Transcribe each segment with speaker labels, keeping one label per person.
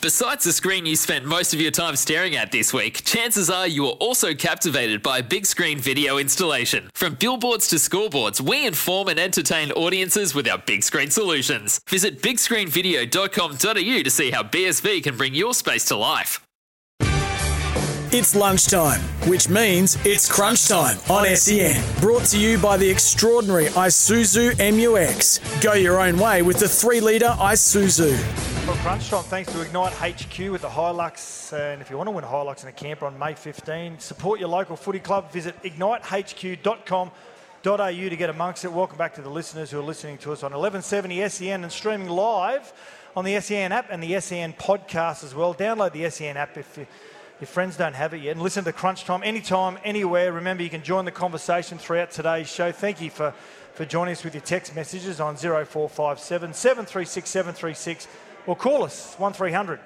Speaker 1: Besides the screen you spent most of your time staring at this week, chances are you were also captivated by a big screen video installation. From billboards to scoreboards, we inform and entertain audiences with our big screen solutions. Visit bigscreenvideo.com.au to see how BSV can bring your space to life.
Speaker 2: It's lunchtime, which means it's crunch time on SEN. Brought to you by the extraordinary Isuzu MUX. Go your own way with the 3 litre Isuzu.
Speaker 3: Well, crunch time thanks to Ignite HQ with the Hilux. And if you want to win a Hilux and a camper on May 15, support your local footy club. Visit ignitehq.com.au to get amongst it. Welcome back to the listeners who are listening to us on 1170 SEN E and streaming live on the SEN app and the SEN podcast as well. Download the SEN app if you, your friends don't have it yet. And listen to Crunch Time anytime, anywhere. Remember, you can join the conversation throughout today's show. Thank you for, for joining us with your text messages on 0457 736 736 or call us 1300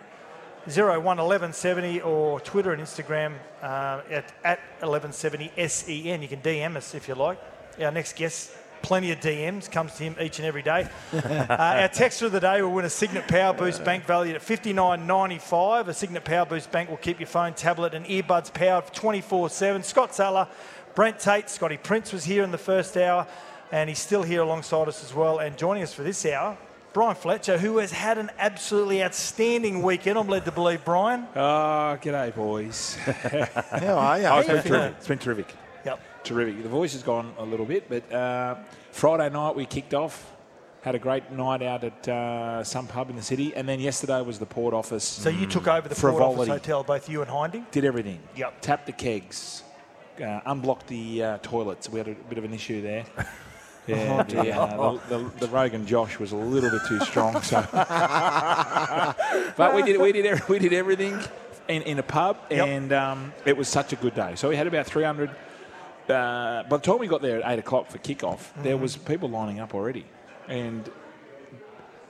Speaker 3: 01 1170 or Twitter and Instagram uh, at, at 1170 SEN. E You can DM us if you like. Our next guest, plenty of DMs, comes to him each and every day. uh, our text of the day will win a Signet Power Boost bank valued at 59.95. A Signet Power Boost bank will keep your phone, tablet, and earbuds powered 24 7. Scott Zeller, Brent Tate, Scotty Prince was here in the first hour, and he's still here alongside us as well. And joining us for this hour, Brian Fletcher, who has had an absolutely outstanding weekend. I'm led to believe, Brian.
Speaker 4: Ah, g'day, boys.
Speaker 5: How are you?
Speaker 4: Oh, it's been terrific. It's been terrific.
Speaker 3: Yep.
Speaker 4: Terrific. The voice has gone a little bit, but uh, Friday night we kicked off. Had a great night out at uh, some pub in the city, and then yesterday was the port office.
Speaker 3: So you took over the Port Office
Speaker 4: Frivolity.
Speaker 3: Hotel, both you and Hindy.
Speaker 4: did everything.
Speaker 3: Yep.
Speaker 4: Tapped the kegs, uh, unblocked the uh, toilets. We had a bit of an issue there.
Speaker 3: Oh,
Speaker 4: Yeah, the, uh, the, the, the Rogan Josh was a little bit too strong. So, but we did we did every- we did everything in, in a pub,
Speaker 3: Yep.
Speaker 4: and um, it was such a good day. So we had about 300. Uh, by the time we got there at eight o'clock for kickoff,
Speaker 3: Mm-hmm.
Speaker 4: there was people lining up already, and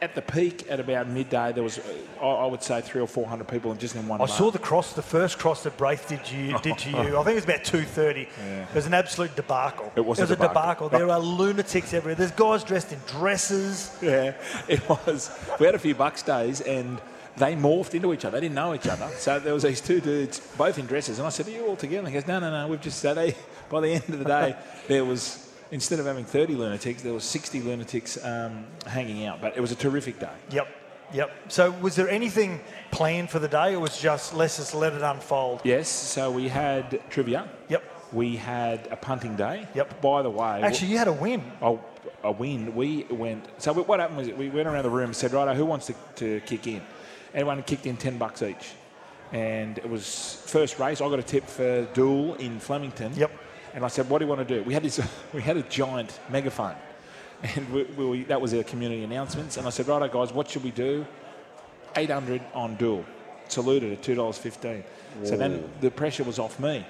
Speaker 4: at the peak at about midday there was uh, I, I would say three or four hundred people just in one.
Speaker 3: I
Speaker 4: bar.
Speaker 3: saw the cross, the first cross that Braith did you did to you. I think it was about two thirty. It was an absolute debacle.
Speaker 4: It was a
Speaker 3: a debacle.
Speaker 4: debacle.
Speaker 3: There are lunatics everywhere. There's guys dressed in dresses.
Speaker 4: Yeah, it was. We had a few Bucks days and they morphed into each other. They didn't know each other. So there was these two dudes, both in dresses. And I said, are you all together? And he goes, no, no, no. We've just, so they, by the end of the day, there was, instead of having 30 lunatics, there was 60 lunatics um, hanging out. But it was a terrific day.
Speaker 3: Yep, yep. So was there anything planned for the day, or was just let's just let it unfold?
Speaker 4: Yes, so we had trivia.
Speaker 3: Yep.
Speaker 4: We had a punting day.
Speaker 3: Yep.
Speaker 4: By the way,
Speaker 3: Actually, you had a win.
Speaker 4: a, Oh, a win. We went. So we- what happened was we went around the room and said, "Righto, who wants to, to kick in?" Everyone kicked in ten bucks each, and it was first race. I got a tip for Duel in Flemington.
Speaker 3: Yep.
Speaker 4: And I said, "What do you want to do?" We had this. We had a giant megaphone, and we, we, that was our community announcements. And I said, "Righto, guys, what should we do?" 800 on dual, saluted at $2.15. So then the pressure was off me.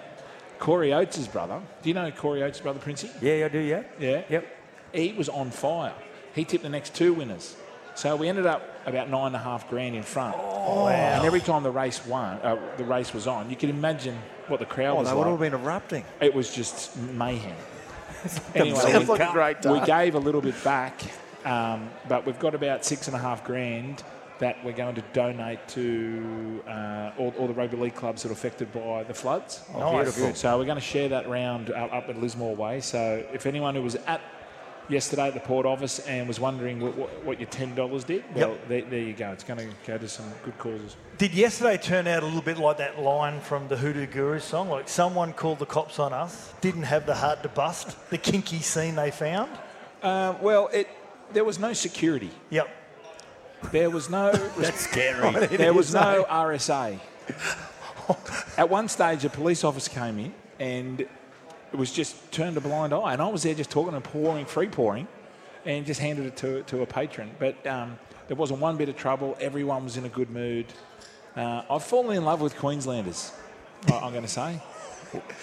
Speaker 4: Corey Oates' brother, do you know Corey Oates' brother, Princey? Yeah, I do, yeah. Yeah? Yep. He was on fire. He tipped the next two winners. So we ended up about nine and a half grand in front. And every time the race won, uh, the race was on, you can imagine what the crowd
Speaker 3: Oh,
Speaker 4: was like.
Speaker 5: been erupting.
Speaker 4: It was just mayhem. anyway,
Speaker 5: Sounds
Speaker 4: we,
Speaker 5: like a great day.
Speaker 4: we gave a little bit back, um, but we've got about six and a half grand that we're going to donate to uh, all, all the rugby league clubs that are affected by the floods. Oh,
Speaker 3: beautiful.
Speaker 4: So we're going to share that round out, up at Lismore Way. So if anyone who was at yesterday at the port office and was wondering what, what, what your ten dollars did, well, there, there you go. It's going to go to some good causes.
Speaker 3: Did yesterday turn out a little bit like that line from the Hoodoo Guru song? Like someone called the cops on us, didn't have the heart to bust the kinky scene they found.
Speaker 4: Uh, well, it there was no security.
Speaker 3: Yep.
Speaker 4: There was no. That's scary. there was no RSA. At one stage, a police officer came in and it was just turned a blind eye, and I was there just talking and pouring, free pouring, and just handed it to to a patron. But um, There wasn't one bit of trouble. Everyone was in a good mood. Uh, I've fallen in love with Queenslanders. I- I'm going to say.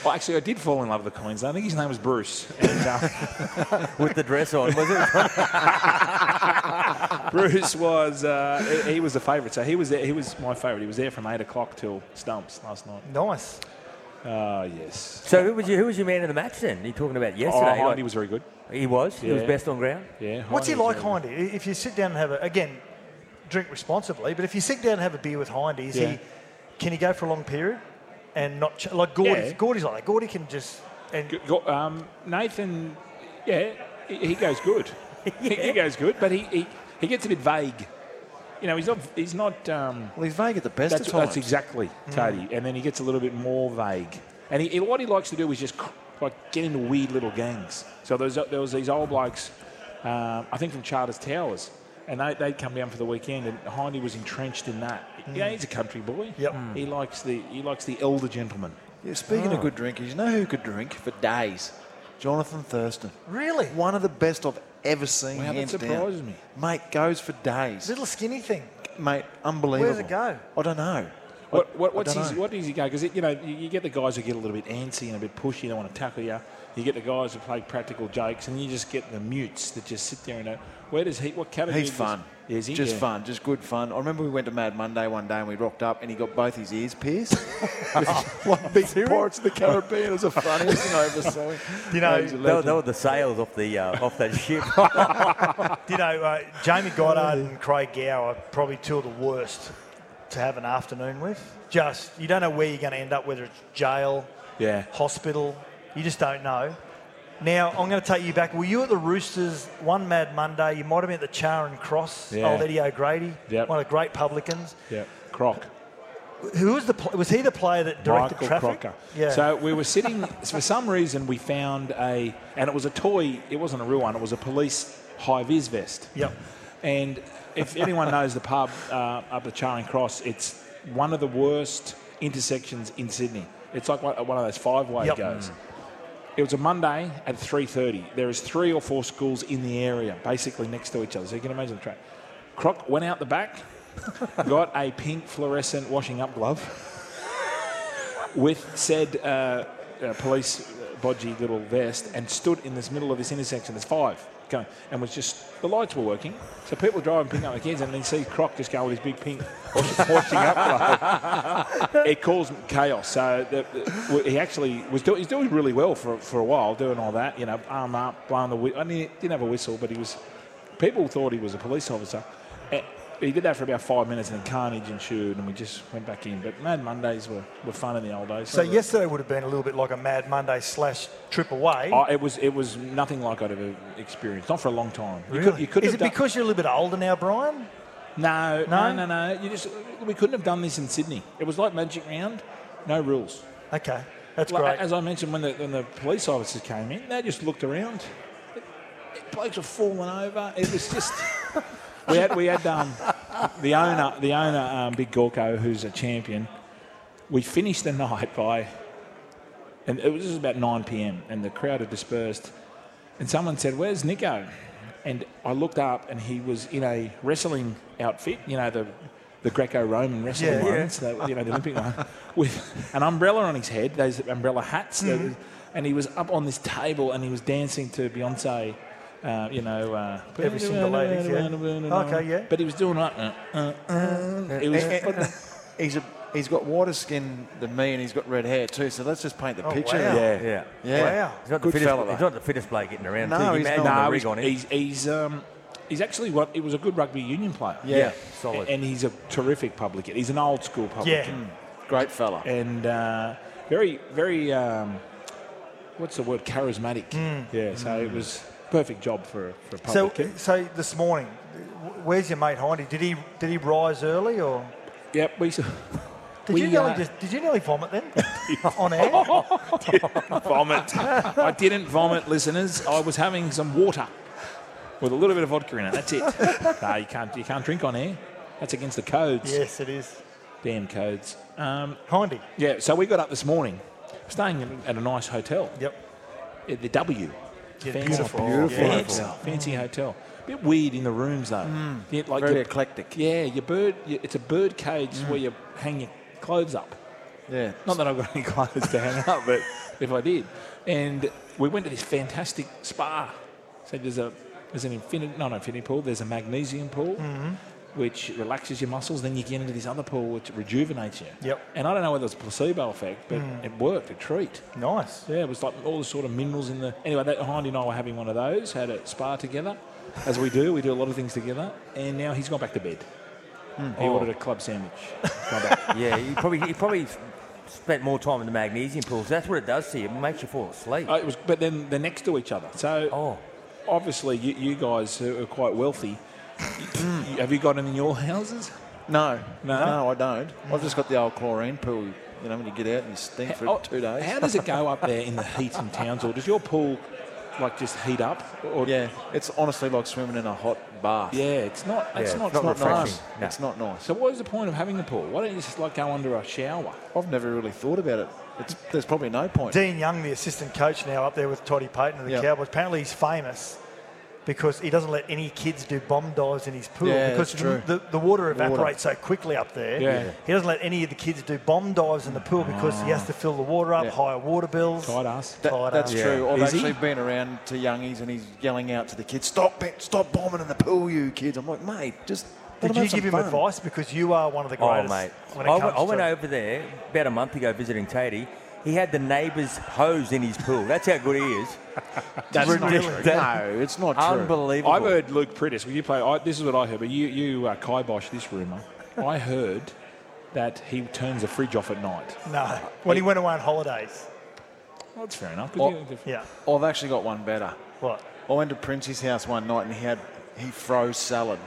Speaker 4: Well, actually, I did fall in love with a Queenslander. I think his name was Bruce. And, uh,
Speaker 6: with the dress on, was it?
Speaker 4: Bruce was uh, he- he was the favourite. So he was there, he was my favourite. He was there from eight o'clock till stumps last night.
Speaker 3: Nice.
Speaker 4: Ah, yes.
Speaker 6: so who was your who was your man of the match then? You're talking about
Speaker 4: Oh,
Speaker 6: yesterday.
Speaker 4: Hindy
Speaker 6: like-
Speaker 4: was very good.
Speaker 6: he was. He was
Speaker 4: Yeah.
Speaker 6: best on ground.
Speaker 4: Yeah.
Speaker 3: What's he
Speaker 4: Hindy was
Speaker 3: like,
Speaker 4: very good.
Speaker 3: Hindy? I- If you sit down and have a, again, drink responsibly, but if you sit down and have a beer with Hindy, is
Speaker 4: Yeah.
Speaker 3: he, can he go for a long period and not, ch- like Gordy?
Speaker 4: Yeah.
Speaker 3: Gordy's like that. Gordy can just, and
Speaker 4: G- go- um, Nathan, yeah, he, he goes good. He- He goes good, but he, he, he gets a bit vague. You know, he's not he's not. Um,
Speaker 7: Well, he's vague at the best
Speaker 4: that's,
Speaker 7: of times.
Speaker 4: that's exactly Tady, and then he gets a little bit more vague. And he, he- what he likes to do is just cr- like get into weird little gangs. So there's, there was these old blokes, um, I think from Charters Towers, and they, they'd come down for the weekend, and Hindy was entrenched in that. You know, he's a country boy.
Speaker 3: Yep. Mm.
Speaker 4: He likes the he likes the elder gentleman.
Speaker 7: Yeah, speaking of good drinkers, you know who could drink for days? Jonathan Thurston.
Speaker 3: really,
Speaker 7: One of the best I've ever seen.
Speaker 4: Wow, that
Speaker 7: hands
Speaker 4: surprises
Speaker 7: down.
Speaker 4: me.
Speaker 7: Mate goes for days.
Speaker 3: little skinny thing.
Speaker 7: Mate, unbelievable.
Speaker 3: Where's it go?
Speaker 7: I don't know.
Speaker 4: What, what,
Speaker 7: I
Speaker 4: what's
Speaker 7: don't
Speaker 4: his,
Speaker 7: know.
Speaker 4: what does he go? Because you know you, you get the guys who get a little bit antsy and a bit pushy, don't want to tackle you. You get the guys who play practical jokes, and you just get the mutes that just sit there and go, where does he? What category?
Speaker 7: He's
Speaker 4: does-
Speaker 7: fun.
Speaker 4: Is he?
Speaker 7: Just
Speaker 4: Yeah.
Speaker 7: fun, just good fun. I remember we went to Mad Monday one day and we rocked up and he got both his ears pierced. One big Pirates of the Caribbean. It was the funniest thing I ever saw.
Speaker 3: You know,
Speaker 7: He's a
Speaker 6: They were,
Speaker 7: legend.
Speaker 6: they were the sails off the uh, off that ship.
Speaker 3: You know, uh, Jamie Goddard and Craig Gow are probably two of the worst to have an afternoon with. Just, you don't know where you're going to end up, whether it's jail,
Speaker 4: Yeah.
Speaker 3: hospital, you just don't know. Now, I'm going to take you back. Were you at the Roosters one Mad Monday? You might have been at the Charing Cross,
Speaker 4: Yeah.
Speaker 3: old Eddie O'Grady,
Speaker 4: Yep.
Speaker 3: one of the great publicans.
Speaker 4: Yeah. Croc.
Speaker 3: Who was the pl- was he the player that directed
Speaker 4: Michael
Speaker 3: traffic?
Speaker 4: Crocker.
Speaker 3: Yeah.
Speaker 4: So we were sitting. for some reason, we found a, and it was a toy. It wasn't a real one. It was a police high vis vest.
Speaker 3: Yep.
Speaker 4: And if anyone knows the pub uh, up at Charing Cross, it's one of the worst intersections in Sydney. It's like one one of those five way
Speaker 3: Yep.
Speaker 4: goes. It was a Monday at 3.30. There is three or four schools in the area, basically next to each other. So you can imagine the track. Croc went out the back, got a pink fluorescent washing up glove with said uh, uh, police uh, bodgy little vest and stood in this middle of this intersection. There's five going, and was just the lights were working, so people were driving picking up their kids, and then see Croc just go with his big pink wash- washing up. glove. it caused chaos. So the, the- he actually was doing he's doing really well for for a while, doing all that, you know, arm up, blowing the whistle. I mean, he didn't have a whistle, but he was. People thought he was a police officer. Eh, He did that for about five minutes, and then carnage ensued, and we just went back in. But Mad Mondays were, were fun in the old days.
Speaker 3: So yesterday would have been a little bit like a Mad Monday slash trip away.
Speaker 4: Oh, it was it was nothing like I'd ever experienced. Not for a long time. You
Speaker 3: Really?
Speaker 4: could, you could
Speaker 3: Is
Speaker 4: have
Speaker 3: it
Speaker 4: done-
Speaker 3: because you're a little bit older now, Brian?
Speaker 4: No,
Speaker 3: No?
Speaker 4: no, no, no. You just we couldn't have done this in Sydney. It was like Magic Round, no rules.
Speaker 3: Okay, that's
Speaker 4: Like,
Speaker 3: great.
Speaker 4: As I mentioned, when the, when the police officers came in, they just looked around. It, blokes were falling over. It was just. we had we had um, the owner the owner um, Big Gorko, who's a champion. We finished the night by, and it was this was about nine p.m. and the crowd had dispersed, and someone said, "Where's Nico?" And I looked up, and he was in a wrestling outfit. You know the. The Greco-Roman wrestling
Speaker 3: Yeah,
Speaker 4: one,
Speaker 3: yeah.
Speaker 4: so that- you know the Olympic one, with an umbrella on his head, those umbrella hats, that-
Speaker 3: Mm-hmm.
Speaker 4: and he was up on this table and he was dancing to Beyonce, uh, you know, uh,
Speaker 3: Every single ladies, yeah. Okay, yeah.
Speaker 4: But he was doing like, uh, uh, uh. It was,
Speaker 7: And- and Eh, he's a he's got whiter skin than me and he's got red hair too. So let's just paint
Speaker 4: Oh,
Speaker 7: the picture.
Speaker 3: wow.
Speaker 7: there.
Speaker 6: yeah.
Speaker 7: Oh, Yeah.
Speaker 3: Wow.
Speaker 6: He's not, the
Speaker 7: Good
Speaker 6: fittest,
Speaker 7: fella,
Speaker 6: he's
Speaker 7: though.
Speaker 6: not the fittest bloke getting around.
Speaker 7: No,
Speaker 6: too. Can you
Speaker 7: he's
Speaker 6: imagine
Speaker 7: not.
Speaker 6: the
Speaker 4: no,
Speaker 6: rig
Speaker 4: he's,
Speaker 6: on him.
Speaker 4: he's, he's, um, he's actually what he was a good rugby union player.
Speaker 7: Yeah.
Speaker 6: solid.
Speaker 4: And he's a terrific publican. He's an old school Mm.
Speaker 3: Yeah.
Speaker 4: publican.
Speaker 7: Great fella.
Speaker 4: And uh, very, very, um, what's the word? Charismatic.
Speaker 7: Mm.
Speaker 4: Yeah. So it was perfect job for, a- for a
Speaker 3: So,
Speaker 4: publican.
Speaker 3: so this morning, wh- where's your mate Hindy? Did he did he rise early or
Speaker 4: yep. We, saw-
Speaker 3: did
Speaker 4: We,
Speaker 3: you nearly
Speaker 4: uh,
Speaker 3: just, did you nearly vomit then on air?
Speaker 4: vomit. I didn't vomit, listeners. I was having some water with a little bit of vodka in it. That's it. no, you can't. You can't drink on air. That's against the codes.
Speaker 3: Yes, it is.
Speaker 4: Damn codes. Um,
Speaker 3: Hindy.
Speaker 4: yeah. So we got up this morning, staying in, at a nice hotel,
Speaker 3: Yep.
Speaker 4: at the W.
Speaker 3: Yeah,
Speaker 4: Fancy-
Speaker 3: beautiful.
Speaker 4: Fancy, fancy hotel. bit weird in the rooms though.
Speaker 3: Mm.
Speaker 4: Yeah, like
Speaker 7: Very
Speaker 4: your-
Speaker 7: eclectic.
Speaker 4: Yeah, your bird. your- It's a bird cage where you hang your clothes up.
Speaker 7: Yeah.
Speaker 4: Not that I've got any clothes to hang up, but if I did. And we went to this fantastic spa. So there's a there's an infinite not infinity pool. There's a magnesium pool, which relaxes your muscles. Then you get into this other pool which rejuvenates you.
Speaker 3: Yep.
Speaker 4: And I don't know whether it's a placebo effect, but it worked a treat.
Speaker 3: Nice.
Speaker 4: Yeah, it was like all the sort of minerals in the. Anyway, that Hindy and I were having one of those. Had a spa together, as we do. We do a lot of things together. And now he's gone back to bed. He ordered a club sandwich. He's gone back.
Speaker 6: Yeah, he probably he probably spent more time in the magnesium pools. That's what it does to you. It makes you fall asleep.
Speaker 4: Uh, it was, but then they're next to each other. So
Speaker 6: Oh.
Speaker 4: obviously, you, you guys who are quite wealthy, you- have you got them in your houses?
Speaker 7: No,
Speaker 4: No?
Speaker 7: no, I don't. I've just got the old chlorine pool. You know, when you get out and you stink for
Speaker 4: Oh,
Speaker 7: two days.
Speaker 4: How does it go up there in the heat in Townsville? Does your pool like just heat up? Or
Speaker 7: Yeah, it's honestly like swimming in a hot bath.
Speaker 4: yeah, it's not. It's
Speaker 6: it's
Speaker 4: not.
Speaker 6: not
Speaker 4: it's not
Speaker 6: refreshing.
Speaker 4: nice.
Speaker 6: No.
Speaker 7: It's not nice.
Speaker 4: So what is the point of having a pool? Why don't you just like go under a shower?
Speaker 7: I've never really thought about it. It's, there's probably no point.
Speaker 3: Dean Young, the assistant coach now up there with Toddy Payton of the
Speaker 7: Yeah.
Speaker 3: Cowboys, apparently he's famous because he doesn't let any kids do bomb dives in his pool
Speaker 7: Yeah,
Speaker 3: because
Speaker 7: that's true.
Speaker 3: The, the water evaporates so quickly up there.
Speaker 4: Yeah.
Speaker 3: He doesn't let any of the kids do bomb dives in the pool because he has to fill the water up,
Speaker 7: Yeah.
Speaker 3: higher water bills.
Speaker 4: Tight ass.
Speaker 7: That-
Speaker 3: Tight
Speaker 7: that's
Speaker 3: ass.
Speaker 7: true. I've
Speaker 4: Is he?
Speaker 7: actually been around to youngies and he's yelling out to the kids, "Stop! it, Stop bombing in the pool, you kids!" I'm like, mate, just. let
Speaker 3: Did
Speaker 7: them
Speaker 3: you
Speaker 7: have some
Speaker 3: give him
Speaker 7: fun."
Speaker 3: advice because you are one of the
Speaker 6: Oh,
Speaker 3: greatest?
Speaker 6: mate.
Speaker 3: When it
Speaker 6: I,
Speaker 3: comes
Speaker 6: went, I went
Speaker 3: to-
Speaker 6: over there about a month ago visiting Tatey. He had the neighbour's hose in his pool. That's how good he is.
Speaker 7: That's not
Speaker 6: Really?
Speaker 7: true.
Speaker 6: That-
Speaker 7: No, it's not true.
Speaker 6: Unbelievable.
Speaker 4: I've heard Luke Prittis. Will you play? I, this is what I heard, but you you uh, kibosh this rumor. I heard that he turns the fridge off at night.
Speaker 3: No. When he went away on holidays.
Speaker 4: Well, that's fair enough.
Speaker 7: Oh.
Speaker 4: You-
Speaker 3: Yeah.
Speaker 7: I've actually got one better.
Speaker 3: What?
Speaker 7: I went to Prince's house one night and he had he froze salad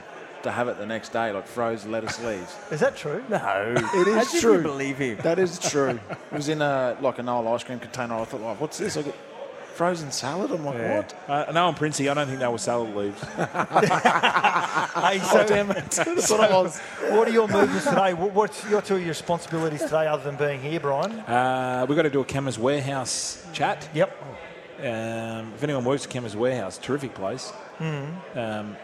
Speaker 7: to have it the next day, like froze lettuce leaves.
Speaker 3: Is that true?
Speaker 6: No.
Speaker 7: It
Speaker 6: How
Speaker 7: is
Speaker 6: did you
Speaker 7: true.
Speaker 6: believe him?
Speaker 7: That is true. it was in a like an old ice cream container. I thought, like, what's this? I got frozen salad. I'm like,
Speaker 4: Yeah.
Speaker 7: what?
Speaker 4: Uh, no, I'm Princey. I don't think that was salad leaves.
Speaker 3: Hey, so,
Speaker 7: That's what I was.
Speaker 3: what are your movements today? Wh- What's your two of your responsibilities today other than being here, Brian?
Speaker 4: Uh, we've got to do a Cameras Warehouse chat.
Speaker 3: Yep.
Speaker 4: Um, if anyone works at Cameras Warehouse, terrific place.
Speaker 3: Hmm.
Speaker 4: Um,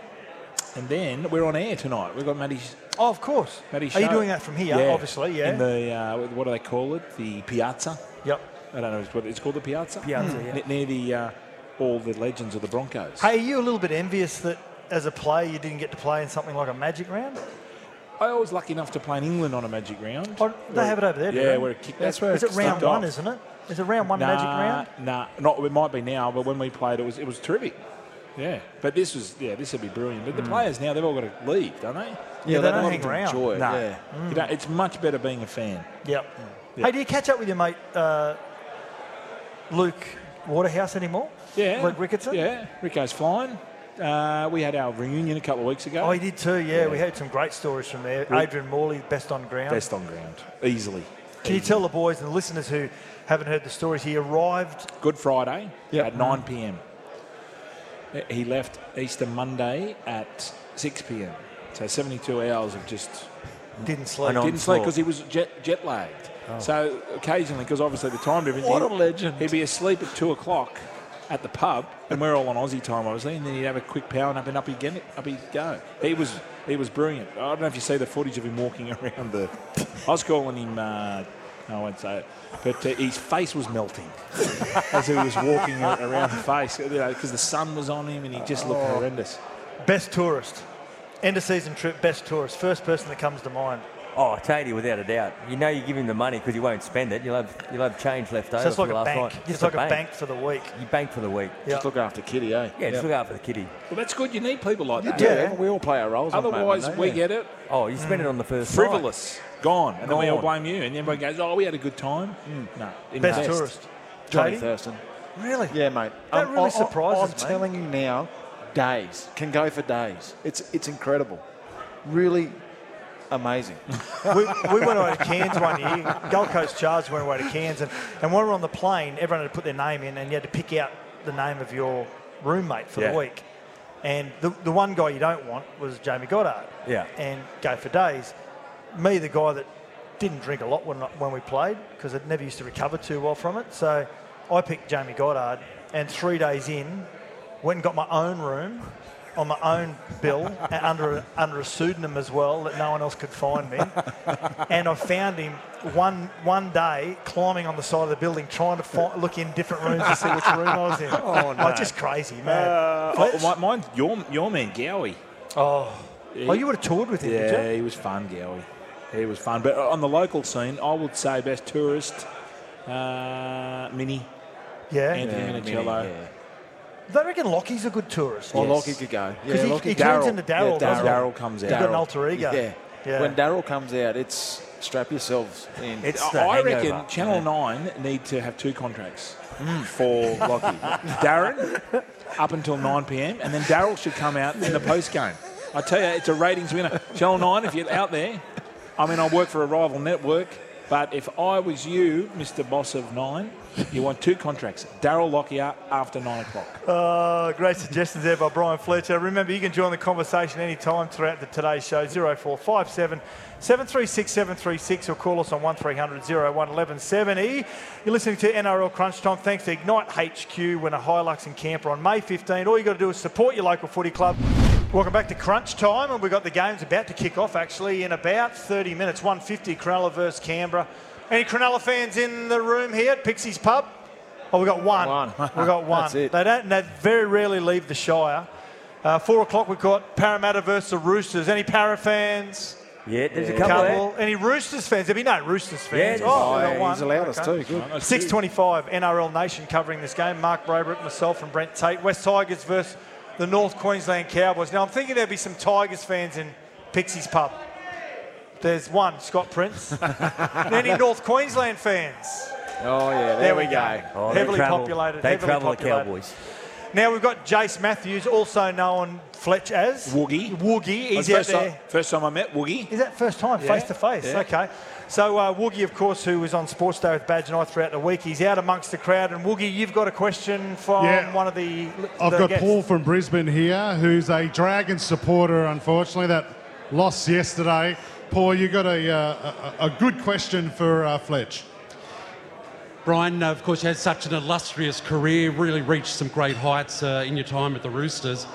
Speaker 4: and then we're on air tonight. We've got Maddie.
Speaker 3: Oh, of course.
Speaker 4: Maddie
Speaker 3: Are you
Speaker 4: Sharp.
Speaker 3: doing that from here? Obviously, yeah.
Speaker 4: In the uh, what do they call it? The piazza.
Speaker 3: yep.
Speaker 4: I don't know it's what it's called. The piazza.
Speaker 6: Piazza,
Speaker 4: Ne-
Speaker 6: yeah.
Speaker 4: Near, the uh, all the legends of the Broncos.
Speaker 3: Hey, are you a little bit envious that as a player you didn't get to play in something like a Magic round?
Speaker 4: I was lucky enough to play in England on a Magic round.
Speaker 3: Or Oh, they have it over there. do
Speaker 4: Yeah,
Speaker 3: they?
Speaker 4: where it kicked.
Speaker 7: That's where
Speaker 3: Is it round
Speaker 4: off.
Speaker 3: one, isn't it? Is it round one Magic round?
Speaker 4: Nah, not. It might be now, but when we played, it was it was terrific. Yeah, Hmm. but this was yeah, this would be brilliant. But the players now they've all got to leave, don't they?
Speaker 7: Yeah,
Speaker 3: they
Speaker 7: they
Speaker 3: don't
Speaker 7: don't
Speaker 3: hang
Speaker 7: even
Speaker 3: around. Hmm.
Speaker 7: enjoy it.
Speaker 4: Nah.
Speaker 7: Yeah.
Speaker 4: You know, it's much better being a fan.
Speaker 3: Yep. Hey, do you catch up with your mate uh, Luke Waterhouse anymore?
Speaker 4: Yeah,
Speaker 3: Luke Rickardson?
Speaker 4: Yeah, Rico's flying. Uh, we had our reunion a couple of weeks ago.
Speaker 3: Oh, he did too, yeah. We heard some great stories from there. Adrian Morley, best on ground.
Speaker 4: Best on ground, easily.
Speaker 3: Can you tell the boys and the listeners who haven't heard the stories, he arrived
Speaker 4: Good Friday at 9 p.m. He left Easter Monday at 6 p.m. So 72 hours of just
Speaker 3: Didn't sleep.
Speaker 6: I know.
Speaker 4: didn't sleep
Speaker 6: Onslaught.
Speaker 4: because he was jet, jet lagged. So occasionally, because obviously the time difference.
Speaker 7: Oh. What a
Speaker 4: he'd-
Speaker 7: legend.
Speaker 4: He'd be asleep at two o'clock at the pub, and we're all on Aussie time, obviously. And then he'd have a quick power nap and up he'd get it, up he'd go. He was he was brilliant. I don't know if you see the footage of him walking around the. I was calling him. Uh, I won't say it, but uh, his face was melting as he was walking a- around the face because the sun was on him and he just looked
Speaker 7: Oh.
Speaker 4: horrendous.
Speaker 3: Best tourist. End of season trip, best tourist. First person that comes to mind.
Speaker 6: Oh, Tatey, without a doubt. You know you give him the money because he won't spend it. You'll have, you'll have change left over
Speaker 3: So it's like
Speaker 6: from
Speaker 3: a
Speaker 6: last
Speaker 3: bank.
Speaker 6: night.
Speaker 3: It's like a bank for the week.
Speaker 6: You bank for the week.
Speaker 3: Yeah.
Speaker 7: Just look after Kitty, eh?
Speaker 6: Yeah, just look out for the kitty.
Speaker 4: Well, that's good. You need people like that.
Speaker 7: Yeah, we all play our roles. on it, mate,
Speaker 4: Otherwise,
Speaker 7: don't
Speaker 4: we
Speaker 7: you?
Speaker 4: get it.
Speaker 6: Oh, you spend it
Speaker 3: Mm.
Speaker 6: on the first night.
Speaker 4: frivolous, gone, Mm. and then we all
Speaker 6: Gone.
Speaker 4: blame you, and everybody goes, "Oh, we had a good time." No,
Speaker 3: Best
Speaker 4: invest.
Speaker 3: tourist.
Speaker 7: Johnny
Speaker 3: Katie?
Speaker 7: Thurston.
Speaker 3: Really?
Speaker 7: Yeah, mate.
Speaker 3: That really
Speaker 7: I- I-
Speaker 3: surprises
Speaker 7: I'm
Speaker 3: me.
Speaker 7: telling you now, days can go for days. It's it's incredible, really amazing.
Speaker 3: we, we went away to Cairns one year. Gold Coast Chargers went away to Cairns, and, and when we were on the plane, everyone had to put their name in, and you had to pick out the name of your roommate for
Speaker 6: Yeah.
Speaker 3: the week. And the, the one guy you don't want was Jamie Goddard.
Speaker 6: Yeah.
Speaker 3: And go for days. Me, the guy that didn't drink a lot when, when we played, because I never used to recover too well from it. So I picked Jamie Goddard, and three days in, went and got my own room, on my own bill and under a, under a pseudonym as well that no one else could find me. And I found him one one day climbing on the side of the building trying to find, look in different rooms to see which room I was in. Oh,
Speaker 6: no.
Speaker 3: just crazy, mad.
Speaker 4: Oh,
Speaker 3: Fletch?
Speaker 4: my, mine's your, your man, Gowie.
Speaker 3: oh, you would have toured with him, did you?
Speaker 4: Yeah, he was fun, Gowie. He was fun. But on the local scene, I would say best tourist, uh, Mini,
Speaker 3: Yeah.
Speaker 4: Anthony Minicello.
Speaker 3: They reckon Lockie's a good tourist.
Speaker 7: Well, Oh, Lockie could go. Yeah,
Speaker 3: 'Cause he-
Speaker 7: Lockie-
Speaker 3: he turns into Daryl,
Speaker 7: Yeah,
Speaker 3: doesn't he?
Speaker 4: Daryl comes out.
Speaker 3: He's got an alter ego.
Speaker 7: Yeah.
Speaker 3: Yeah.
Speaker 7: When Daryl comes out, it's strap yourselves in.
Speaker 6: It's the
Speaker 4: I
Speaker 6: hangover.
Speaker 4: reckon Channel 9 need to have two contracts
Speaker 3: Hmm.
Speaker 4: for Lockie. Darren, up until 9 p.m., and then Daryl should come out in the post game. I tell you, it's a ratings winner. Channel 9, if you're out there, I mean, I work for a rival network, but if I was you, Mr. Boss of 9, you want two contracts. Daryl Lockyer after 9 o'clock.
Speaker 3: Uh, great suggestions there by Brian Fletcher. Remember, you can join the conversation anytime throughout the today's show 0457 736 736 or call us on 1300 01 1170. E. You're listening to NRL Crunch Time. Thanks to Ignite HQ when a Hilux and camper on May 15. All you got to do is support your local footy club. Welcome back to Crunch Time, and we've got the games about to kick off actually in about 30 minutes 150 Cronulla versus Canberra. Any Cronulla fans in the room here at Pixie's Pub? Oh, we got one.
Speaker 7: One.
Speaker 3: We got one.
Speaker 7: That's it.
Speaker 3: They don't. They very rarely leave the Shire. Uh, four o'clock. We've got Parramatta versus the Roosters. Any Para fans?
Speaker 6: Yeah, there's a couple. there.
Speaker 3: Couple. Any Roosters fans? There'll be no Roosters
Speaker 6: Yeah,
Speaker 3: fans.
Speaker 6: there's-
Speaker 3: oh, we got
Speaker 7: Oh,
Speaker 3: one.
Speaker 7: he's allowed us
Speaker 3: Okay.
Speaker 7: too. Good.
Speaker 4: That's
Speaker 3: Six twenty-five. NRL Nation covering this game. Mark Braybrook, myself, and Brent Tate. West Tigers versus the North Queensland Cowboys. Now I'm thinking there'll be some Tigers fans in Pixie's pub. There's one, Scott Prince. Any North Queensland fans?
Speaker 7: Oh yeah, there,
Speaker 3: There we
Speaker 7: we go.
Speaker 6: Oh, they
Speaker 3: heavily
Speaker 6: travel-
Speaker 3: populated.
Speaker 6: They
Speaker 3: heavily
Speaker 6: travel
Speaker 3: populated.
Speaker 6: the Cowboys.
Speaker 3: Now we've got Jace Matthews, also known Fletch as
Speaker 4: Woogie.
Speaker 3: Woogie, he's out
Speaker 4: first,
Speaker 3: there.
Speaker 4: time, first time I met Woogie.
Speaker 3: Is that first time face to face?
Speaker 4: yeah.
Speaker 3: Okay. So uh, Woogie, of course, who was on Sports Day with Badge and I throughout the week, he's out amongst the crowd. And Woogie, you've got a question from
Speaker 8: Yeah.
Speaker 3: one of the.
Speaker 8: I've
Speaker 3: the
Speaker 8: got
Speaker 3: guests.
Speaker 8: Paul from Brisbane here, who's a Dragon supporter, unfortunately, that lost yesterday. Paul, you got a, uh, a, a good question for uh, Fletch.
Speaker 9: Brian, uh, of course, you had such an illustrious career, really reached some great heights uh, in your time at the Roosters.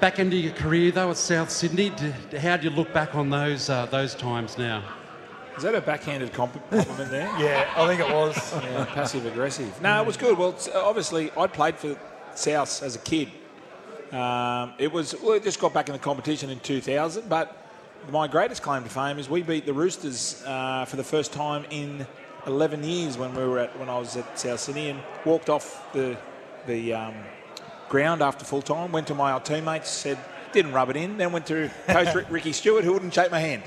Speaker 9: Back into your career, though, at South Sydney, d- d- how do you look back on those, uh, those times now?
Speaker 4: Is that a backhanded compli- compliment there?
Speaker 3: Yeah, I think it was.
Speaker 4: Yeah, passive aggressive. No, it was good. Well, it's- obviously, I played for South as a kid. Um, it was well, it just got back in the competition in 2000. But my greatest claim to fame is we beat the Roosters uh, for the first time in 11 years when we were at when I was at South Sydney and walked off the the um, ground after full time. Went to my old teammates, said didn't rub it in. Then went to Coach Rick- Ricky Stewart, who wouldn't shake my hand,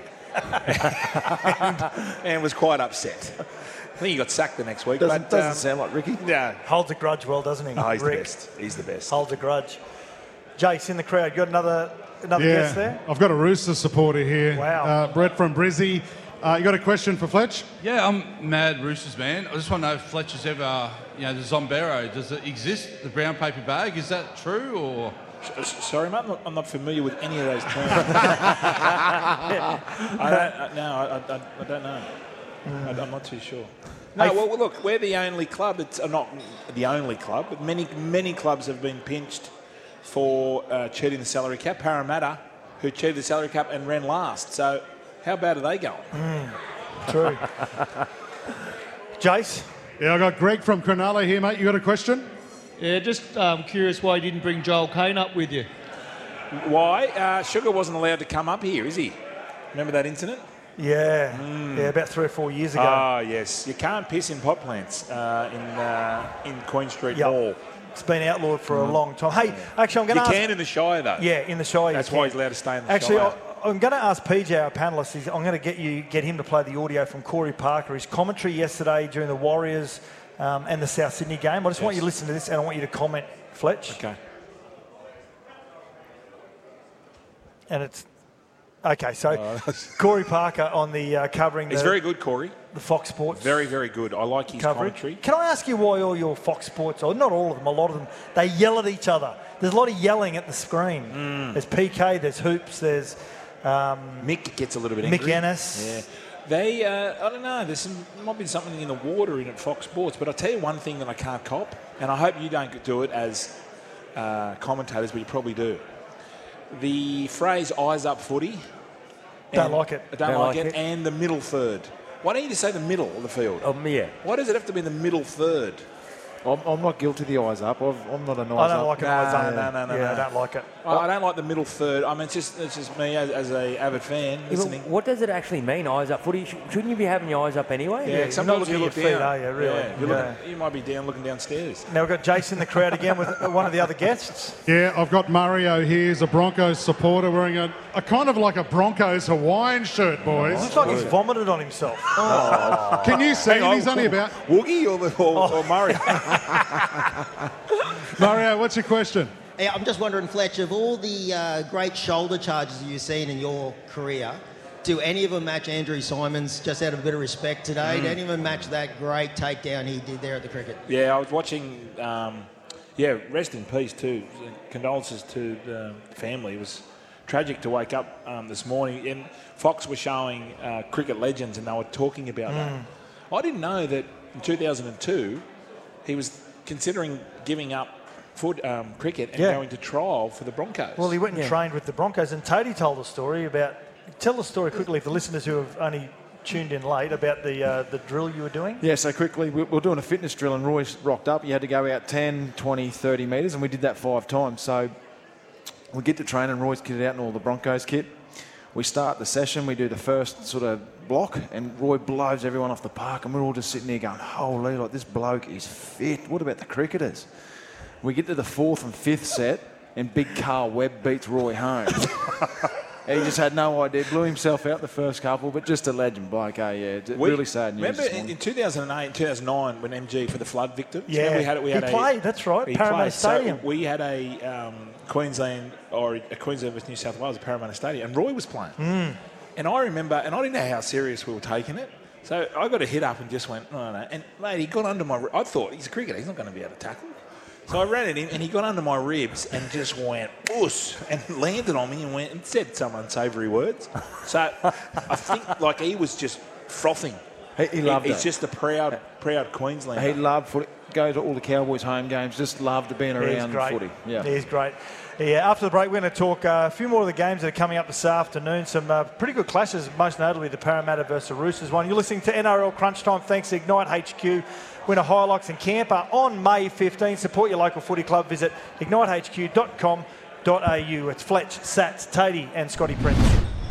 Speaker 4: and, and was quite upset. I think he got sacked the next week.
Speaker 7: Doesn't,
Speaker 4: but,
Speaker 7: doesn't
Speaker 4: um,
Speaker 7: sound like Ricky.
Speaker 4: yeah.
Speaker 3: Holds a grudge well, doesn't he?
Speaker 4: Oh, he's
Speaker 3: Rick
Speaker 4: the best. He's the best.
Speaker 3: holds a grudge. Jace in the crowd. You got another another guest there.
Speaker 8: I've got a Rooster supporter here.
Speaker 3: Wow.
Speaker 8: Uh, Brett from Brizzy. Uh, you got a question for Fletch?
Speaker 9: Yeah, I'm mad Roosters man. I just want to know if Fletcher's ever, you know, the Zombero, does it exist, the brown paper bag? Is that true or?
Speaker 4: S- s- Sorry, mate, I'm not, I'm not familiar with any of those terms. I don't, I- no, I, I- I, I don't know. I, am not too sure. No, well, well, look, we're the only club. It's uh, not the only club, but many, many clubs have been pinched for uh, cheating the salary cap. Parramatta, who cheated the salary cap and ran last. So, how bad are they going?
Speaker 3: True. Jace.
Speaker 8: Yeah, I got Greg from Cronulla here, mate. You got a question?
Speaker 9: Yeah, just um, curious why you didn't bring Joel Kane up with you.
Speaker 4: Why? Uh, Sugar wasn't allowed to come up here, is he? Remember that incident?
Speaker 3: Yeah. Yeah, about three or four years ago.
Speaker 4: Hmm. Ah, yes. You can't piss in pot plants uh, in uh, in Queen Street
Speaker 3: Yeah.
Speaker 4: Mall.
Speaker 3: It's been outlawed for a long time. Hey, actually, I'm
Speaker 4: Hmm. You
Speaker 3: going to ask.
Speaker 4: can in the Shire though.
Speaker 3: Yeah, in the Shire.
Speaker 4: That's
Speaker 3: you
Speaker 4: why
Speaker 3: can.
Speaker 4: he's allowed to stay in the
Speaker 3: Actually,
Speaker 4: Shire.
Speaker 3: I, I'm going to ask PJ, our panelist. He's, I'm going to get you get him to play the audio from Corey Parker. His commentary yesterday during the Warriors um, and the South Sydney game. I just want you to listen to this, and I want you to comment, Fletch.
Speaker 4: okay.
Speaker 3: And it's okay. So Corey Parker on the uh, covering
Speaker 4: He's
Speaker 3: the,
Speaker 4: very good, Corey.
Speaker 3: the Fox Sports
Speaker 4: Very, very good. I like his
Speaker 3: coverage.
Speaker 4: commentary.
Speaker 3: Can I ask you why all your Fox Sports, or not all of them, a lot of them, they yell at each other. There's a lot of yelling at the screen.
Speaker 4: Mm.
Speaker 3: There's PK. There's hoops. There's um,
Speaker 4: Mick gets a little bit
Speaker 3: Mick
Speaker 4: angry.
Speaker 3: Ennis.
Speaker 4: Yeah. They, uh, I don't know, there's some, might be something in the water in at Fox Sports, but I'll tell you one thing that I can't cop, and I hope you don't do it as uh, commentators, but you probably do. The phrase eyes up footy.
Speaker 3: Don't
Speaker 4: and-
Speaker 3: like it.
Speaker 4: I
Speaker 3: Oh,
Speaker 4: Don't, like, it. And the middle third. Why don't you just say the middle of the field?
Speaker 6: Um, yeah.
Speaker 4: Why does it have to be the middle third?
Speaker 7: I'm, I'm not guilty of the eyes up. I've, I'm not an eyes up.
Speaker 4: I don't like an
Speaker 7: Nah,
Speaker 4: eyes up. No, no, no,
Speaker 7: yeah.
Speaker 4: no.
Speaker 3: like it.
Speaker 4: I, I don't like the middle third. I mean, it's just, it's just me as, as a avid fan
Speaker 6: Yeah, but
Speaker 4: listening.
Speaker 6: what does it actually mean, eyes up? Footy? Sh- Shouldn't you be having your eyes up anyway?
Speaker 4: Yeah, sometimes you look down.
Speaker 6: Yeah,
Speaker 4: you're looking- you might be down looking downstairs.
Speaker 3: Now we've got Jason in the crowd again with one of the other guests.
Speaker 8: Yeah, I've got Mario here. He's a Broncos supporter wearing a, a kind of like a Broncos Hawaiian shirt, boys.
Speaker 3: Looks like he's vomited on himself.
Speaker 8: Can you see
Speaker 3: Hang
Speaker 8: him?
Speaker 3: on.
Speaker 8: He's only about.
Speaker 4: Woogie or, or, or Murray?
Speaker 8: Mario, what's your question?
Speaker 10: Hey, I'm just wondering, Fletch, of all the uh, great shoulder charges you've seen in your career, do any of them match Andrew Simons? Just out of a bit of respect today,
Speaker 4: Mm.
Speaker 10: do any of them match that great takedown he did there at the cricket?
Speaker 4: Yeah, I was watching. Um, yeah, rest in peace too. Condolences to the family. It was tragic to wake up um, this morning. And Fox was showing uh, cricket legends, and they were talking about
Speaker 11: Mm.
Speaker 3: Hmm.
Speaker 4: that. I didn't know that in 2002 he was considering giving up foot, um, cricket and
Speaker 3: Yeah.
Speaker 4: going to trial for the Broncos.
Speaker 3: Well, he went and trained with the Broncos, and Tony told a story about. Tell the story quickly for listeners who have only tuned in late about the uh, the drill you were doing.
Speaker 7: Yeah, so quickly, we we were doing a fitness drill and Royce rocked up. You had to go out 10, 20, 30 metres, and we did that five times. So we get to train and Roy's kitted out in all the Broncos kit. We start the session, we do the first sort of block, and Roy blows everyone off the park, and we're all just sitting there going, holy, like this bloke is fit. What about the cricketers? We get to the fourth and fifth set, and big Carl Webb beats Roy home. And he just had no idea, blew himself out the first couple, but just a legend bloke, eh? Yeah, d-
Speaker 4: We-
Speaker 7: really sad news.
Speaker 4: Remember
Speaker 7: this morning.
Speaker 4: in, in 2008 and 2009 when MG for the flood victims?
Speaker 7: Yeah.
Speaker 4: Remember we had, we
Speaker 7: He
Speaker 4: had a-
Speaker 7: played, that's right,
Speaker 4: he
Speaker 7: Parramatta
Speaker 4: played. So
Speaker 7: Stadium.
Speaker 4: we had a um, Queensland or a Queensland versus New South Wales at Parramatta Stadium, and Roy was playing. And I remember, and I didn't know how serious we were taking it. So I got a hit up and just went, no, no. no." And mate, he got under my. I thought he's a cricketer, he's not going to be able to tackle. So I ran at him, and he got under my ribs and just went "Oos" and landed on me and went and said some unsavoury words. So I think like he was just frothing.
Speaker 7: He, he loved
Speaker 4: He's
Speaker 7: it.
Speaker 4: just a proud, proud Queenslander.
Speaker 7: He loved footy. Go to all the Cowboys home games. Just loved being
Speaker 3: He's
Speaker 7: around
Speaker 3: great.
Speaker 7: footy. Yeah.
Speaker 3: He's great. Yeah, after the break, we're going to talk uh, a few more of the games that are coming up this afternoon. Some uh, pretty good clashes, most notably the Parramatta versus Roosters one. You're listening to NRL Crunch Time. Thanks to Ignite HQ, winner Hilux and Camper on May 15. Support your local footy club. Visit ignitehq.com.au. It's Fletch, Sats, Tatey, and Scotty Prince.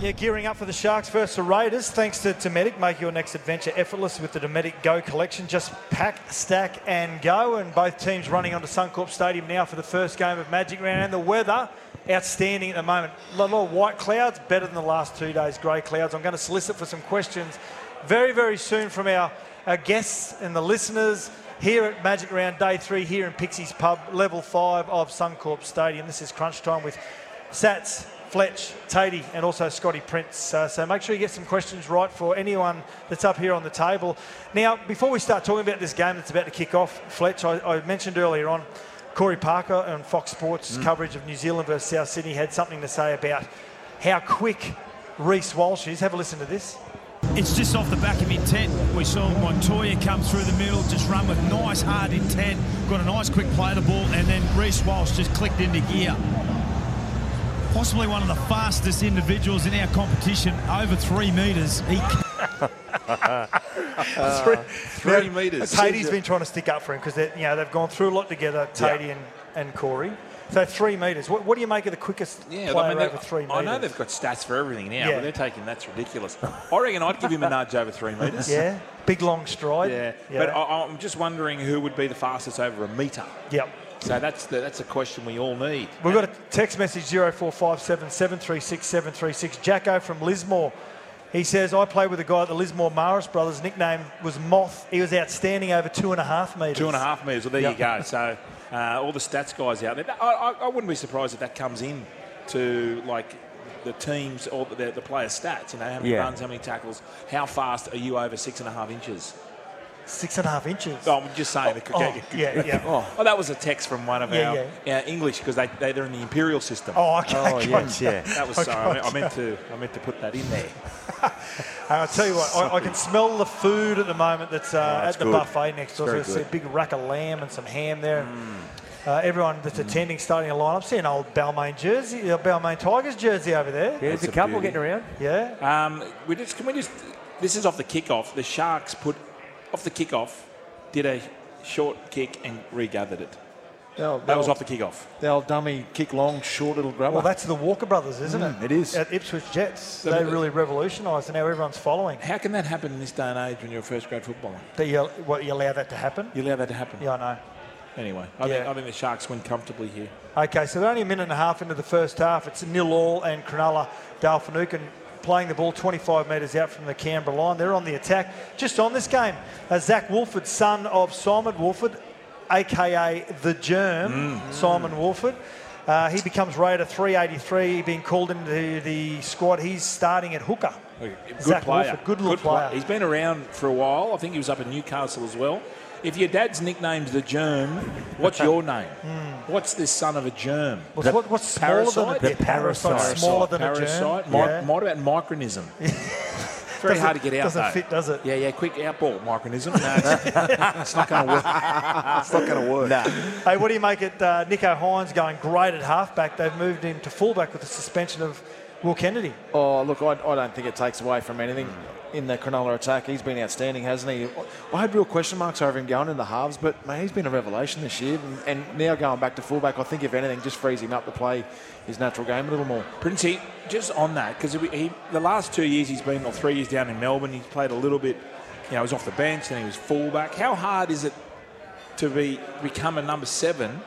Speaker 3: Yeah, gearing up for the Sharks versus the Raiders. Thanks to Dometic, make your next adventure effortless with the Dometic Go collection. Just pack, stack, and go. And both teams running onto Suncorp Stadium now for the first game of Magic Round. And the weather outstanding at the moment. A lot of white clouds, better than the last two days. Grey clouds. I'm going to solicit for some questions very, very soon from our, our guests and the listeners here at Magic Round Day Three here in Pixie's Pub, Level Five of Suncorp Stadium. This is crunch time with Sats, Fletch, Tatey, and also Scotty Prince. Uh, so make sure you get some questions right for anyone that's up here on the table. Now, before we start talking about this game that's about to kick off, Fletch, I, I mentioned earlier on. Corey Parker and Fox Sports coverage of New Zealand versus South Sydney had something to say about how quick Reese Walsh is. Have a listen to this.
Speaker 12: It's just off the back of intent. We saw Montoya come through the middle, just run with nice hard intent, got a nice quick play of the ball, and then Reese Walsh just clicked into gear. Possibly one of the fastest individuals in our competition, over three metres. He
Speaker 3: Three-
Speaker 4: three metres.
Speaker 3: Tatey's been trying to stick up for him because you know they've gone through a lot together, Tatey and, and Corey. So three metres. What, what do you make of the quickest
Speaker 4: Yeah,
Speaker 3: player
Speaker 4: I mean,
Speaker 3: over
Speaker 4: they've-
Speaker 3: three
Speaker 4: I
Speaker 3: metres?
Speaker 4: know they've got stats for everything now,
Speaker 3: Yeah.
Speaker 4: but they're taking that's ridiculous. I reckon I'd give him a nudge over three metres.
Speaker 3: yeah, big long stride.
Speaker 4: yeah. But I, I'm just wondering who would be the fastest over a metre.
Speaker 3: yep.
Speaker 4: So that's the, that's a question we all need.
Speaker 3: We've got a text message 0457 736 736. Jacko from Lismore. He says, I played with a guy at the Lismore Maris brothers. Nickname was Moth. He was outstanding over two and a half metres.
Speaker 4: Two and a half metres. Well, there
Speaker 3: Yeah.
Speaker 4: you go. So uh, all the stats guys out there. I, I, I wouldn't be surprised if that comes in to like the teams or the, the player stats. You know, how many
Speaker 6: Yeah.
Speaker 4: runs, how many tackles, how fast are you over six and a half inches?
Speaker 3: Six and a half inches.
Speaker 4: Oh, I'm just saying. the-
Speaker 3: Oh, yeah, yeah.
Speaker 4: Oh, well, that was a text from one of
Speaker 3: Yeah,
Speaker 4: our, our English because they, they, they're in the imperial system.
Speaker 3: Oh, okay, Oh, gotcha.
Speaker 4: yes,
Speaker 3: yeah.
Speaker 4: That was
Speaker 3: I
Speaker 4: sorry. I, meant- I
Speaker 3: gotcha.
Speaker 4: meant to I meant to put that in there.
Speaker 3: Hey, I'll tell you what, I, I can smell the food at the moment that's uh,
Speaker 4: Oh,
Speaker 3: at
Speaker 4: it's
Speaker 3: the
Speaker 4: good.
Speaker 3: buffet next door. So I
Speaker 4: Very
Speaker 3: see a
Speaker 4: good.
Speaker 3: big rack of lamb and some ham there. Uh, everyone that's attending, starting a lineup, see an old Balmain jersey, uh, Balmain Tigers jersey over there. Yeah,
Speaker 4: there's That's a a couple beauty. getting
Speaker 3: around. Yeah.
Speaker 4: Um, we just can we just this is off the kickoff. The Sharks put off the kickoff, did a short kick and regathered it.
Speaker 7: They'll-
Speaker 4: That was
Speaker 7: they'll-
Speaker 4: off the kickoff.
Speaker 7: The old dummy kick long, short little grubber.
Speaker 3: Well, that's the Walker brothers, isn't
Speaker 7: Mm, it
Speaker 3: it?
Speaker 7: is.
Speaker 3: At Ipswich Jets,
Speaker 4: The-
Speaker 3: they really revolutionised, and now everyone's following.
Speaker 4: How can that happen in this day and age when you're a first grade footballer?
Speaker 3: That you, what, you allow that to happen?
Speaker 4: You allow that to happen.
Speaker 3: Yeah, I know.
Speaker 4: Anyway, I, think, I think the Sharks win comfortably here.
Speaker 3: Okay, so they're only a minute and a half into the first half. It's nil all, and Cronulla Dalfinucan playing the ball 25 metres out from the Canberra line. They're on the attack. Just on this game, uh, Zach Wolford, son of Simon Wolford, aka the Germ,
Speaker 4: Mm.
Speaker 3: Simon Wolford. Uh, he becomes Raider 383, being called into the squad. He's starting at hooker.
Speaker 4: Good
Speaker 3: Zach
Speaker 4: player.
Speaker 3: Wolford, good little
Speaker 4: play-
Speaker 3: player.
Speaker 4: He's been around for a while. I think he was up in Newcastle as well. If your dad's nickname's the Germ, what's your name? What's this son of a germ?
Speaker 3: What's- Hmm. what- what's smaller than a- yeah, parasite, smaller than a germ.
Speaker 4: Parasite.
Speaker 3: Yeah.
Speaker 4: Mi- What about micronism? It's very
Speaker 3: Doesn't-
Speaker 4: hard to get out.
Speaker 3: doesn't
Speaker 4: though.
Speaker 3: fit, does it?
Speaker 4: Yeah, yeah. Quick out ball, micronism. No, it's, it's not going to work. It's not going to work.
Speaker 3: Hey, what do you make it? Uh, Nico Hines going great at halfback. They've moved him to fullback with the suspension of Will Kennedy.
Speaker 7: Oh, look, I, I don't think it takes away from anything in the Cronulla attack. He's been outstanding, hasn't he? I had real question marks over him going in the halves, but, mate, he's been a revelation this year. And, and now going back to fullback, I think, if anything, just frees him up to play his natural game a little more.
Speaker 4: Princey, just on that, because he, the last two years he's been, or three years down in Melbourne, he's played a little bit, you know, he was off the bench, then he was fullback. How hard is it to be become a number seven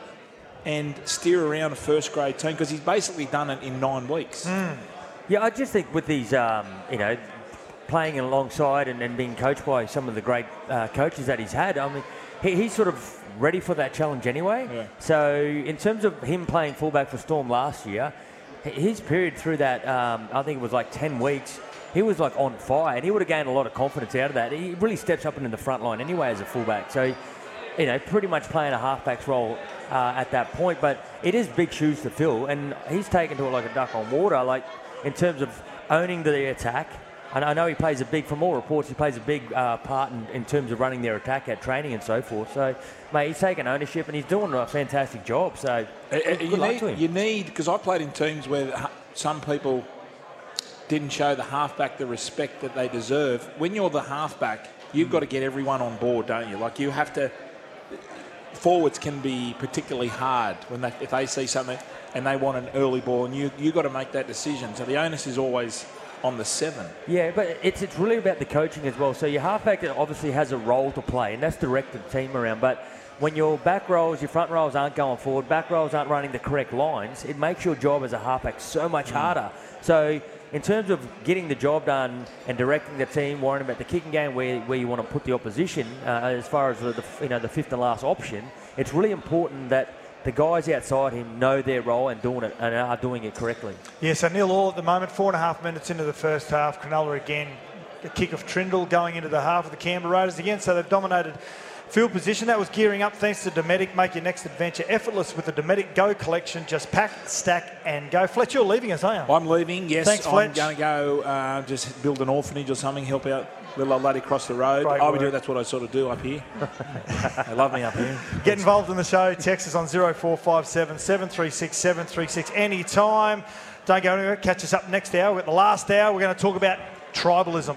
Speaker 4: and steer around a first grade team? Because he's basically done it in nine weeks.
Speaker 11: Yeah, I just think with these, um, you know, playing alongside and, and being coached by some of the great uh, coaches that he's had, I mean, he, he's sort of ready for that challenge anyway. So, in terms of him playing fullback for Storm last year, h- his period through that, um, I think it was like 10 weeks, he was like on fire and he would have gained a lot of confidence out of that. He really steps up into the front line anyway as a fullback. So, you know, pretty much playing a halfback's role uh, at that point. But it is big shoes to fill, and he's taken to it like a duck on water. Like in terms of owning the attack, and I know he plays a big. From all reports, he plays a big uh, part in, in terms of running their attack at training and so forth. So, mate, he's taken ownership and he's doing a fantastic job. So,
Speaker 4: Uh,
Speaker 11: good
Speaker 4: you,
Speaker 11: luck
Speaker 4: need,
Speaker 11: to him.
Speaker 4: you need, because I played in teams where the ha- some people didn't show the halfback the respect that they deserve. When you're the halfback, you've got to get everyone on board, don't you? Like you have to. Forwards can be particularly hard when they, if they see something and they want an early ball, and you you got to make that decision. So the onus is always on the seven.
Speaker 11: Yeah, but it's it's really about the coaching as well. So your halfback obviously has a role to play, and that's direct the team around. But when your back rows, your front rows aren't going forward, back rows aren't running the correct lines, it makes your job as a halfback so much
Speaker 4: Mm.
Speaker 11: harder. So in terms of getting the job done and directing the team, worrying about the kicking game where, where you want to put the opposition, uh, as far as the, the you know the fifth and last option, it's really important that the guys outside him know their role and doing it and are doing it correctly.
Speaker 3: Yeah, so nil all at the moment, four and a half minutes into the first half. Cronulla again, the kick of Trindle going into the half of the Canberra Raiders again, so they've dominated field position. That was gearing up thanks to Dometic. Make your next adventure effortless with the Dometic Go collection. Just pack, stack, and go. Fletch, you're leaving us, aren't you?
Speaker 4: I'm leaving. Yes,
Speaker 3: Thanks,
Speaker 4: I'm
Speaker 3: Fletch.
Speaker 4: going to go uh, just build an orphanage or something, help out little old lady across the road.
Speaker 3: Great
Speaker 4: I would
Speaker 3: work.
Speaker 4: do. That's what I sort of do up here. they love me up here.
Speaker 3: Get involved in the show. Text us on 0457 736 736 anytime. Don't go anywhere. Catch us up next hour. We've got the last hour. We're going to talk about tribalism.